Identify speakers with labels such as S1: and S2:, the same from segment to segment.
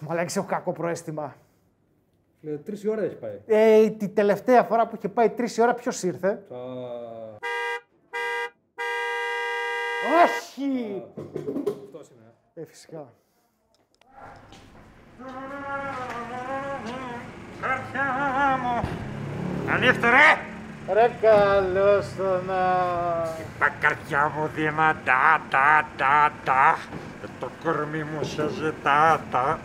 S1: Μαλάκι, έχω κακό προέστημα.
S2: Ε, Τρεις ώρε έχει πάει.
S1: Ε, την τελευταία φορά που είχε πάει τρεις ώρα, ποιος ήρθε.
S2: Τα...
S1: Όχι!
S2: Αυτός είναι.
S1: Ε, φυσικά.
S3: Καρδιά μου. Ανοίχτε ρε.
S1: Ρε καλώς το να.
S3: Τα καρδιά μου δυνατά, τα, τα, τα. Και Το κορμί μου σε ζητά, τα.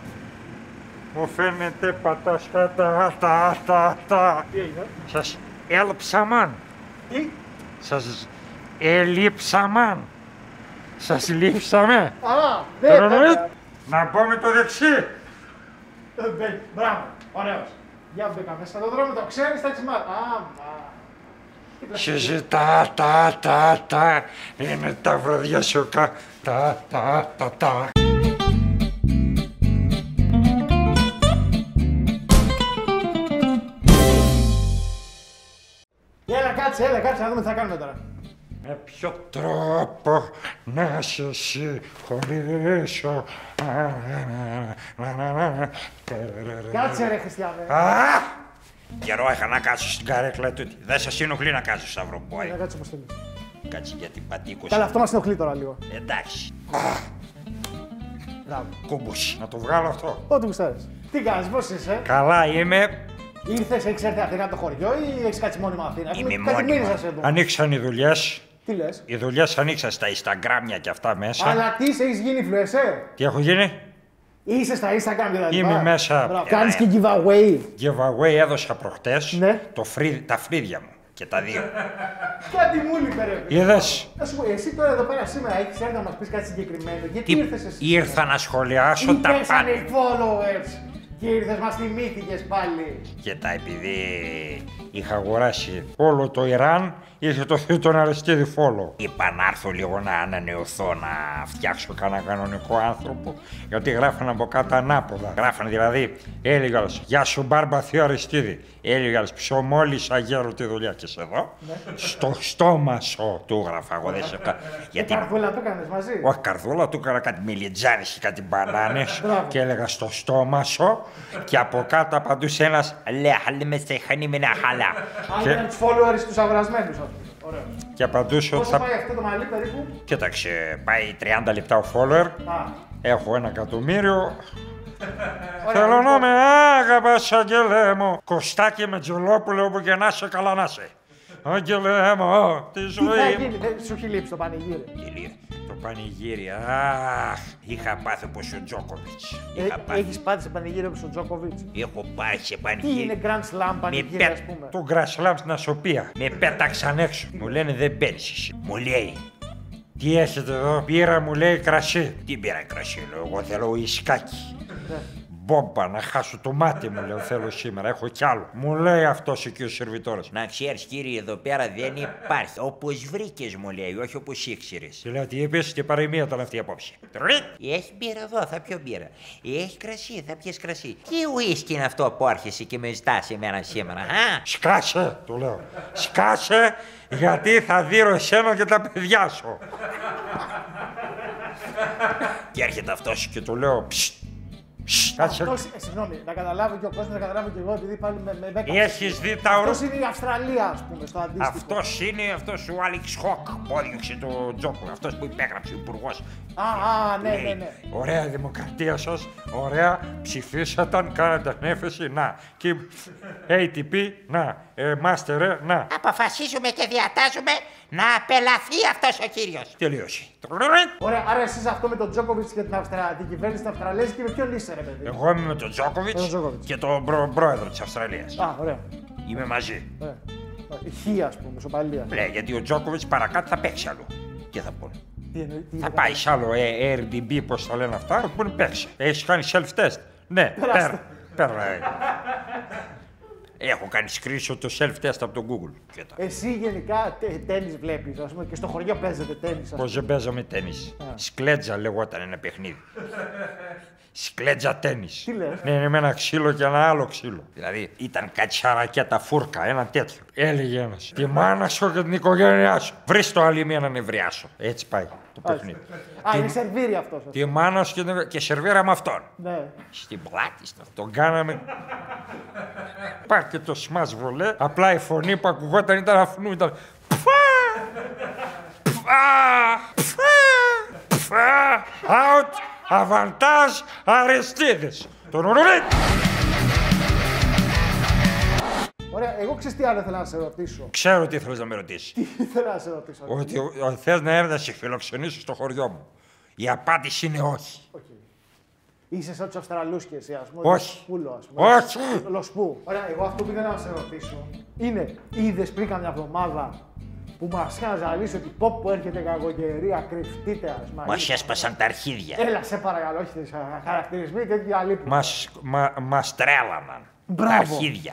S3: Μου φαίνεται πατάσχα, τα, τα, τα, τα.
S1: Τι έγινε.
S3: Σας έλειψα μαν.
S1: Τι.
S3: Σας έλειψα μαν. Σας λείψαμε.
S1: Α,
S3: Το
S1: δεν
S3: κατανοείτε. Να μπω με το δεξί.
S1: Ε, μπε- Μπράβο, ωραίος. Για μπήκα μέσα στον δρόμο, το ξέρεις, θα έχεις μάθει. Άμα.
S3: Σε ζητά, τα, τα, τα. Είναι τα βραδιά σου, κα, τα, τα, τα, τα.
S1: Έλα, κάτσε, έλα, κάτσε, να δούμε τι θα κάνουμε τώρα.
S3: Με ποιο τρόπο να σε συγχωρήσω.
S1: Κάτσε, ρε, Χριστιανέ.
S3: Αχ! Καιρό είχα να κάτσω στην καρέκλα τούτη. Δεν σας ενοχλεί να κάτσω, Σταυροπόη.
S1: Έλα, Ε, κάτσε όμως λίγο.
S3: Κάτσε για την
S1: Καλά,
S3: πατήκωση.
S1: αυτό μας ενοχλεί τώρα λίγο.
S3: Εντάξει.
S1: Μπράβο.
S3: Κούμπος. Να το βγάλω αυτό.
S1: Ό,τι γουστάρεις. Τι κάνεις, πώς είσαι.
S3: Καλά είμαι.
S1: Ήρθες, έχεις έρθει Αθήνα από το χωριό ή έχεις κάτσει μόνιμα Αθήνα.
S3: Είμαι
S1: Έχουμε κάτι μήνες
S3: μόνιμα.
S1: σας εδώ.
S3: Ανοίξαν οι δουλειές.
S1: Τι λες.
S3: Οι δουλειές ανοίξαν στα Instagramια και αυτά μέσα.
S1: Αλλά τι είσαι, έχεις γίνει influencer.
S3: Τι έχω γίνει.
S1: Είσαι στα Instagram και τα λοιπά.
S3: Είμαι μέσα.
S1: Μπράβο.
S3: Ε,
S1: Κάνεις
S3: ε.
S1: και giveaway.
S3: Giveaway έδωσα προχτές
S1: Ναι.
S3: το φρύ- τα φρύδια μου και τα δύο.
S1: Κάτι μου λείπε, ρε.
S3: Είδες.
S1: Να σου πω, εσύ τώρα εδώ πέρα σήμερα έχεις έρθει να μας πεις κάτι συγκεκριμένο. Γιατί
S3: Τι
S1: ήρθες εσύ.
S3: ήρθα να σχολιάσω τα
S1: Υπήρξαν
S3: πάντα.
S1: οι followers και ήρθες μας θυμήθηκες πάλι.
S3: Και τα επειδή είχα αγοράσει όλο το Ιράν, είχε το θείο τον Αριστίδη Φόλο. Είπα να έρθω λίγο να ανανεωθώ, να φτιάξω κανένα κανονικό άνθρωπο, γιατί γράφανε από κάτω ανάποδα. Γράφανε δηλαδή, έλεγε άλλος, γεια σου μπάρμπα θείο Αριστίδη. Έλεγε άλλος, ψωμόλησα γέρο τη δουλειά και εδώ. στο στόμα σου του γράφα, εγώ δεν σε κα-
S1: Και
S3: Γιατί
S1: καρδούλα το έκανες μαζί.
S3: όχι καρδούλα, του έκανα κάτι μιλιτζάνι και κάτι μπανάνες
S1: Μπράβο.
S3: και έλεγα στο στόμα σου και από κάτω απαντούσε ένας Λε, χαλή με στεχανή με ένα χαλά.
S1: Αν
S3: και,
S1: ήταν τους followers τους αγορασμένους ας πούμε. Ωραίο.
S3: και απαντούσε ότι
S1: Πόσο
S3: θα.
S1: πάει αυτό το μαλλί περίπου.
S3: Κοίταξε, πάει 30 λεπτά ο follower.
S1: Α,
S3: Έχω ένα εκατομμύριο.
S1: ωραία,
S3: Θέλω να
S1: λοιπόν.
S3: με άγαπα, αγγελέ μου. Κωστάκι με τζολόπουλο όπου και να είσαι, καλά να είσαι. Αγγελέ μου, τη
S1: Τι θα
S3: ζωή μου.
S1: γίνει, δεν σου έχει λείψει το πανηγύρι.
S3: Τελεία. Το πανηγύρι, αχ, είχα πάθει όπως ο Τζόκοβιτς.
S1: Ε,
S3: Είχα πάθει.
S1: έχεις πάθει σε πανηγύρι όπως ο Τζόκοβιτς.
S3: Έχω πάει σε
S1: Τι είναι
S3: πανηγύρι.
S1: Grand Slam
S3: Με
S1: πανηγύρι ας πούμε.
S3: πέταξαν το γκρασλάμ στην ασοπία. Με πέταξαν έξω. Μου λένε δεν μπαίνει εσύ. Μου λέει. Τι έχετε εδώ, πήρα μου λέει κρασί. Τι πήρα κρασί, λέω. Εγώ θέλω ισκάκι.
S1: Ναι.
S3: Μπόμπα, να χάσω το μάτι μου, λέω. Θέλω σήμερα, έχω κι άλλο. Μου λέει αυτός εκεί ο σερβιτόρο.
S4: Να ξέρεις, κύριε, εδώ πέρα δεν υπάρχει. Όπως βρήκες, μου λέει, όχι όπως ήξερες.
S3: Τι λέω, τι είπες και παροιμία ήταν αυτή απόψε. Τρίτ!
S4: Έχει μπύρα εδώ, θα πιω μπύρα. Έχει κρασί, θα πιεις κρασί. Τι ουίσκι είναι αυτό που άρχισε και με ζητά εμένα σήμερα, α!
S3: Σκάσε, του λέω. Σκάσε, γιατί θα δίνω εσένα και τα παιδιά σου. και έρχεται αυτός και του λέω. «Ψτ, ψτ, Κάτσε.
S1: Αυτός, ε, συγγνώμη, να καταλάβω και ο κόσμος, να καταλάβω και εγώ, επειδή πάλι με, με μπέκα.
S3: Έχεις δει τα ορό.
S1: Αυτός είναι η Αυστραλία, ας πούμε, στο αντίστοιχο.
S3: Αυτός είναι αυτός ο Άλεξ Χοκ που έδιωξε το Τζόκο. Αυτός που υπέγραψε ο υπουργός.
S1: Α, α, ναι, ναι,
S3: Λέει,
S1: ναι.
S3: Ωραία η δημοκρατία σας, ωραία, ψηφίσαταν, κάνατε ανέφεση, να. Και ATP, να. Ε, Master, να.
S4: Αποφασίζουμε και διατάζουμε να απελαθεί αυτός ο κύριος.
S3: Τελείωσε.
S1: Ωραία, άρα εσείς αυτό με τον Τζόκοβιτ και την, Αυστρα... την κυβέρνηση της Αυστραλίας και με ποιον είσαι, ρε παιδί.
S3: Εγώ είμαι με τον Τζόκοβιτ
S1: Με τον Τζόκοβιτς.
S3: και τον προ- πρόεδρο της Αυστραλίας.
S1: Α, ωραία.
S3: Είμαι μαζί.
S1: ωραία. Χ, ας πούμε, σοπαλία.
S3: Λέει, γιατί ο Τζόκοβιτ παρακάτω θα παίξει άλλο. Και θα πούνε.
S1: Τι εννοεί, τι
S3: Θα
S1: είναι.
S3: πάει σ' άλλο ε, RDB, πώς τα λένε αυτά. Θα πούνε παίξει. Έχεις κάνει self-test. Ναι, πέρα. πέρα ε. Έχω κάνει screenshot το self-test από το Google. Και τα.
S1: Εσύ γενικά τε, τέννη βλέπεις, ας πούμε, και στο χωριό παίζεται τέννη.
S3: Πώ δεν παίζαμε τέννη. Σκλέτζα λεγόταν ένα παιχνίδι. Σκλέτζα τέννις.
S1: Τι λες?
S3: Ναι, είναι με ένα ξύλο και ένα άλλο ξύλο. Δηλαδή ήταν κατσαρακέτα φούρκα, ένα τέτοιο. Έλεγε ένας. Τη μάνα σου και την οικογένειά σου. Βρει το άλλη μία να νευριάσω. Έτσι πάει το παιχνίδι.
S1: Α, είναι σερβίρι αυτός.
S3: Τη μάνα σου και, την- και σερβίρα με αυτόν.
S1: Ναι.
S3: Στην πλάτη στον τον κάναμε. Πά και το σμάς βολέ. Απλά η φωνή που ακουγόταν ήταν αφού ήταν. Πφα! Πφα! Πφα! Πφα! Out! Αβαντάζ! Αρεστίδες! Τον ουρουρίτ!
S1: Ωραία, εγώ ξέρεις τι άλλο ήθελα να σε ρωτήσω.
S3: Ξέρω τι θέλεις να με ρωτήσεις.
S1: Ήθελα να σε ρωτήσω.
S3: Ότι ο- ο- θες να έρθεις να σε φιλοξενήσω στο χωριό μου. Η απάντηση είναι όχι.
S1: Οκ. Είσαι σαν τους Αυστραλούς και εσύ, ας πούμε.
S3: Όχι.
S1: Λοσπούλο, ας πούμε.
S3: Όχι.
S1: Λοσπού. Ωραία, εγώ αυτό που ήθελα να σε ρωτήσω είναι, είδες πριν καμιά εβδομάδα που μας είχαν ζαλίσει ότι πω που έρχεται κακοκαιρία, κρυφτείτε, ας πούμε.
S4: Μας έσπασαν τα αρχίδια.
S1: Έλα, σε παρακαλώ, όχι τις α, χαρακτηρισμοί και τέτοια λύπη.
S3: Μας, μα, μας τρέλαναν.
S1: Μπράβο.
S3: Τα αρχίδια.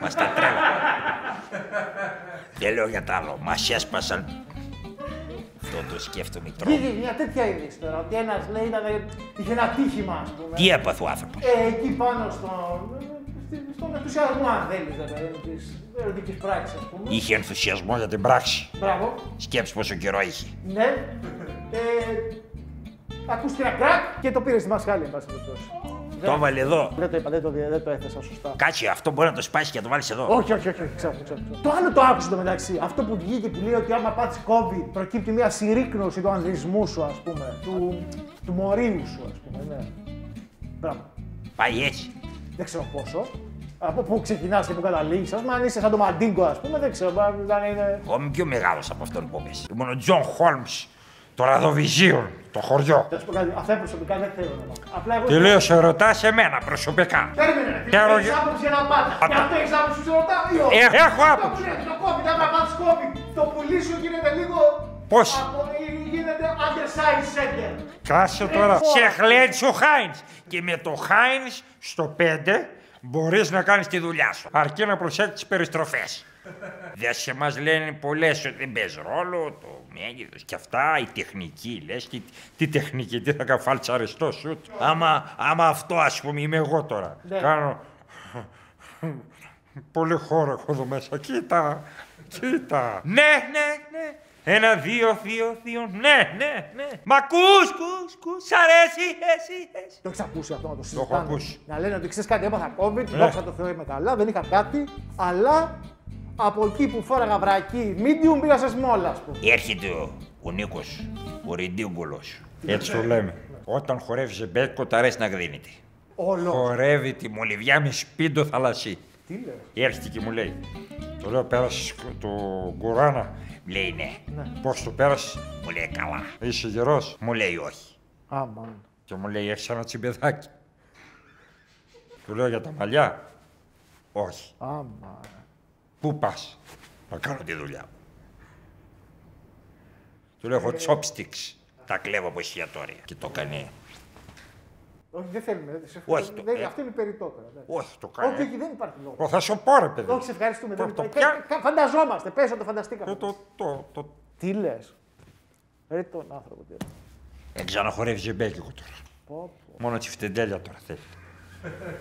S3: Μας τα τρέλαναν. Δεν λέω για τα άλλο. Μας έσπασαν. Αυτό το σκέφτομαι τρόπο.
S1: Βγήκε μια τέτοια είδηση τώρα, ότι ένας λέει ήταν, είχε ένα τύχημα, ας πούμε.
S3: Τι έπαθε ο άνθρωπος.
S1: Ε, εκεί πάνω στον, στη- στον ενθουσιασμό, αν θέλεις, ρε παιδί μου, της ερωτικής πράξης, ας πούμε.
S3: Είχε ενθουσιασμό για την πράξη.
S1: Μπράβο.
S3: Σκέψου πόσο καιρό είχε.
S1: Ναι. Ε, ακούστηκε ένα κρακ και το πήρες στη μασχάλη, εν πάση περιπτώσει.
S3: Το έβαλε εδώ.
S1: Δεν το είπα, δεν το, δεν το έθεσα σωστά.
S3: Κάτσε, αυτό μπορεί να το σπάσει και να το βάλεις εδώ.
S1: Όχι, όχι, όχι, όχι, ξέρω, ξέρω. ξέρω. Το άλλο το άκουσα το μεταξύ. Αυτό που βγήκε που λέει ότι άμα πάθει COVID προκύπτει μια συρρήκνωση του ανδρισμού σου, ας πούμε. Του, του μωρίου σου, ας πούμε. Ναι. Μπράβο.
S3: Πάει έτσι.
S1: Δεν ξέρω πόσο. Από πού ξεκινάς και πού καταλήγεις. Ας πούμε, αν είσαι σαν το Μαντίνκο, ας πούμε, δεν ξέρω. μπορεί να είναι.
S3: Εγώ είμαι πιο μεγάλος από αυτόν που πες. Ήμουν ο Τζον Χόλμς, το ραδοβιζίων, το χωριό.
S1: Θα σου πω κάτι. Αυτά προσωπικά δεν θέλω να μάθω. Απλά εγώ.
S3: Τελείωσε, ρωτάς εμένα προσωπικά.
S1: Περίμενε. ρε,
S3: Κάνω
S1: Έχεις
S3: για-
S1: άποψη για να πάτε. Και αυτό έχεις άποψη που σε ρωτάω ή όχι.
S3: Έχ- Ε, έχω
S1: Αυτό
S3: άποψη.
S1: που γίνεται Το COVID, άμα πάθεις COVID, το πουλί σου γίνεται λίγο...
S3: Πώς?
S1: απο- ε, Γίνεται undersized center.
S3: Κάσε τώρα.
S1: φορά.
S3: Σε χλέτσε ο Χάιν. Και με το Χάιν στο 5 μπορείς να κάνεις τη δουλειά σου. Αρκεί να προσέχεις τις περιστροφές. Δεν σε μας λένε πολλές ότι δεν παίζει ρόλο το μέγεθος και αυτά, η τεχνική λες. Τι, τι τεχνική, τι θα κάνω, φάλτσα αριστό σου. Άμα, άμα αυτό ας πούμε είμαι εγώ τώρα.
S1: Ναι.
S3: Κάνω. Πολύ χώρο έχω εδώ μέσα. Κοίτα, κοίτα. Ναι, ναι, ναι. Ένα, δύο, δύο, δύο. Ναι, ναι, ναι. Μα κούς, κούς, κούς. Σ' αρέσει, εσύ, εσύ.
S1: Το έχεις ακούσει αυτό να το
S3: έχω
S1: συζητάνε.
S3: ακούσει. Ε.
S1: Να λένε ότι ξέρεις κάτι, έπαθα COVID, δόξα το Θεό είμαι καλά, δεν είχα κάτι, αλλά από εκεί που φόραγα βρακί medium πήγα σε small, ας πούμε.
S4: Έρχεται ο, ο Νίκος, ο Ριντίγκουλος.
S3: Έτσι το λέμε. Όταν χορεύεις ζεμπέκο,
S4: Του αρέσει να γδίνεται.
S1: Όλο.
S3: χορεύει τη μολυβιά με σπίτι θαλασσί.
S1: Τι λέω.
S3: Έρχεται και μου λέει. Το λέω, πέρασες το κουρana.
S4: Λέει ναι.
S3: Πώς το πέρασες,
S4: Μου λέει καλά.
S3: είσαι γερός.
S4: Μου λέει όχι.
S1: Άμα.
S3: Και μου λέει, έχεις ένα τσιμπεδάκι. Του λέω για τα μαλλιά. Όχι.
S1: Άμα.
S3: Πού πας, Να κάνω τη δουλειά μου. Του λέω: Έχω chopsticks.
S4: Τα κλέβω από εστιατόρια. Και το κάνει.
S1: Όχι, δεν θέλουμε. δεν σε-
S4: Όχι, το-
S1: δεν-
S4: ε.
S1: Αυτό είναι περιττότερα. εντάξει.
S3: Όχι, το κάνω.
S1: Όχι, όχι, δεν υπάρχει λόγος.
S3: Εγώ θα σου πω, ρε παιδί.
S1: Όχι, σε ευχαριστούμε. Ε,
S3: Το,
S1: δεν
S3: το,
S1: υπάρχει.
S3: πια-
S1: Κα- κα- Φανταζόμαστε, πες να το
S3: το,
S1: φανταστήκαμε.
S3: το, το, το-
S1: Τι λες. Ρε τον άνθρωπο. Τι...
S3: Δεν ξέρω να χορεύει ζεμπέκικο τώρα.
S1: Πω, πω.
S3: Μόνο τσιφτεντέλια τώρα θέλει.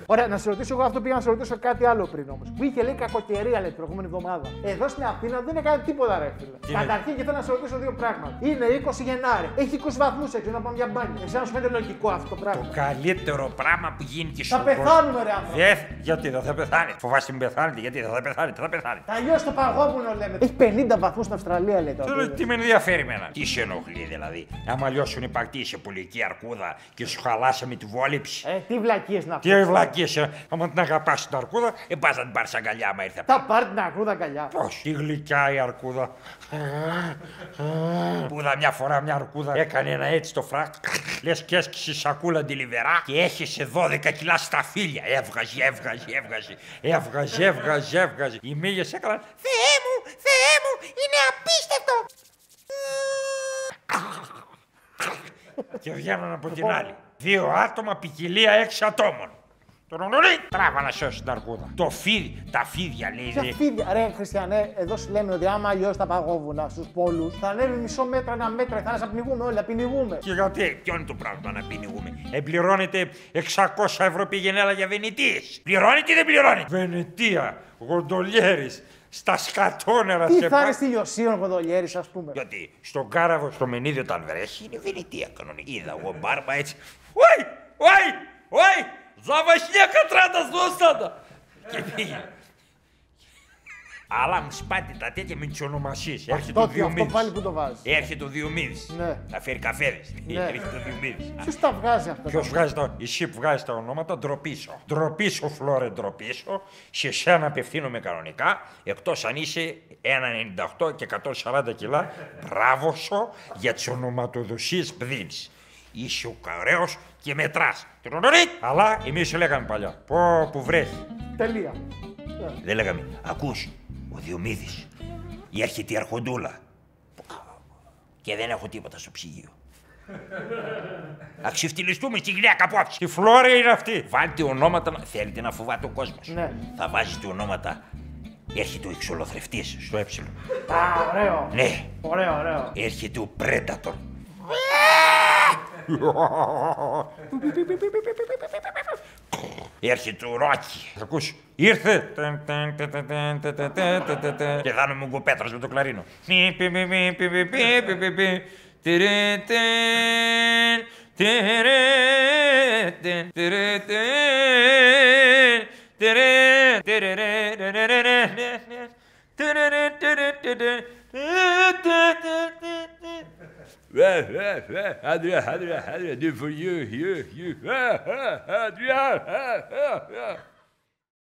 S1: Ωραία, να σε ρωτήσω εγώ αυτό πήγα να σε ρωτήσω κάτι άλλο πριν όμως. Που είχε λέει κακοκαιρία λέει την προηγούμενη εβδομάδα. Εδώ στην Αθήνα δεν έκανε τίποτα ρε φίλε.
S3: είναι?
S1: Καταρχήν και θέλω να σε ρωτήσω δύο πράγματα. Είναι 20 Γενάρη, έχει 20 βαθμούς έξω να πάμε για μπάνια. Εσένα σου φαίνεται λογικό αυτό το
S3: Το
S1: πράγμα.
S3: καλύτερο πράγμα που γίνεται στον
S1: Θα
S3: κόσμο.
S1: πεθάνουμε ρε άνθρωπο.
S3: Δεν, Ε, γιατί δεν θα πεθάνετε. Φοβάστε μην πεθάνετε, γιατί δεν θα πεθάνετε, θα πεθάνετε.
S1: Θα λιώσει το παγόπουνο λέμε. Έχει 50 βαθμούς στην Αυστραλία λέει
S3: Του
S1: τώρα.
S3: λέω, Τι με ενδιαφέρει εμένα. Τι σε ενοχλεί δηλαδή. Άμα λιώσουν οι πακτοί σε πουλική αρκούδα και σου χαλάσαμε τη βόλυψη.
S1: Ε, τι βλακίες να
S3: Τι βλακίε, άμα την αγαπάς την αρκούδα, ε, πας να την πάρεις αγκαλιά, μα ήρθε.
S1: Θα πάρει την ακρούδα αγκαλιά.
S3: Πώς, τι γλυκιά η αρκούδα. Πούδα μια φορά μια αρκούδα έκανε ένα έτσι το φράκ. Λες και έσκησε σακούλα τη λιβερά και έχεσε 12 κιλά στα φίλια. Έβγαζε, έβγαζε, έβγαζε. Έβγαζε, έβγαζε, έβγαζε. Οι μύγες έκαναν. Θεέ μου, θεέ μου, είναι απίστευτο. και βγαίνουν από την άλλη. Δύο άτομα, ποικιλία έξι ατόμων. Τον ονολί, τράβα να σώσεις την αρκούδα. Το φίδι, τα φίδια λέει.
S1: Ποια
S3: λέει.
S1: φίδια, ρε Χριστιανέ, εδώ σου λένε ότι άμα αλλιώς τα παγόβουνα στους πόλους θα ανέβει μισό μέτρο, ένα μέτρο, η θάλασσα πνιγούμε όλοι, θα πνιγούμε.
S3: Και γιατί, ποιο είναι το πράγμα να πνιγούμε. Επληρώνεται 600 ευρώ πηγενέλα για Βενετίες. Πληρώνεται ή δεν πληρώνει. Βενετία, γοντολιέρης, στα σκατόνερα
S1: Τι θα
S3: πά-
S1: είναι στη Λιωσίων Γοδολιέρη, ας πούμε.
S3: Γιατί στον κάραβο, στο μενίδιο, όταν βρέχει, είναι Βενετία κανονική. Είδα εγώ μπάρμπα έτσι. Ωι, ωι, ωι, ζαβασνιακά τράτα σβόστατα. Και πήγε. Αλλά μου σπάτη τα τέτοια με τι ονομασίε. Έρχεται ο
S1: Τότε αυτό
S3: Διομήδης.
S1: πάλι που το βάζει.
S3: Έρχεται ο Διομήδης.
S1: Ναι.
S3: Θα φέρει καφέδε.
S1: Ναι.
S3: Έρχεται ο Διομήδης.
S1: Ποιο τα βγάζει αυτά.
S3: Ποιο
S1: τα-
S3: βγάζει τα. Εσύ που βγάζει τα ονόματα, ντροπίσω. Ντροπίσω, Φλόρε, ντροπίσω. Σε σένα απευθύνομαι κανονικά. Εκτό αν είσαι 1,98 και 140 κιλά. Μπράβο σου για τι ονοματοδοσίε που δίνει. Είσαι ο καρέο και μετράς. Αλλά εμεί σου λέγαμε παλιά. Πω που βρέχει.
S1: Τελεία.
S3: Δεν λέγαμε. Ακού, ο Διομήδη. Έρχεται η Αρχοντούλα. Και δεν έχω τίποτα στο ψυγείο. Αξιφτυλιστούμε στη γυναίκα απόψε. Η Φλόρια είναι αυτή. Βάλτε ονόματα. να- Θέλετε να φοβάται ο κόσμο.
S1: Ναι.
S3: Θα βάζετε ονόματα. Έρχεται ο εξολοθρευτή στο ε.
S1: Α, ωραίο.
S3: Ναι,
S1: Ωραίο, ωραίο.
S3: έρχεται ο Predator. Έρχεται ο Ρόκι. Θα ακούς. Ήρθε. Και χάνομαι ο Πέτρας με το κλαρίνο. Πι, πι, πι, πι, πι, πι, πι, πι, πι, πι. Τιρι, τιν, τιρι, τιν, τιρι, τιν, τιρι, τιρι, ρε, ρε, ρε, ρε, ρε, ρε, ρε. Eh,
S5: Well, well, well, Adrian,
S3: Eh,
S5: Adrian, Adrian, do for you, you, you. Ah, ah, Adrian, ah, ah, ah.